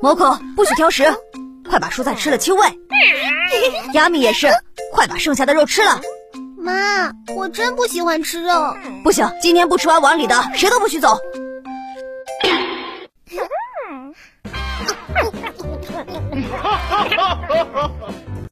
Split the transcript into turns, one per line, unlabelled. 摩可，不许挑食，快把蔬菜吃了清 胃。亚米也是，快把剩下的肉吃了。
妈，我真不喜欢吃肉。
不行，今天不吃完碗里的，谁都不许走。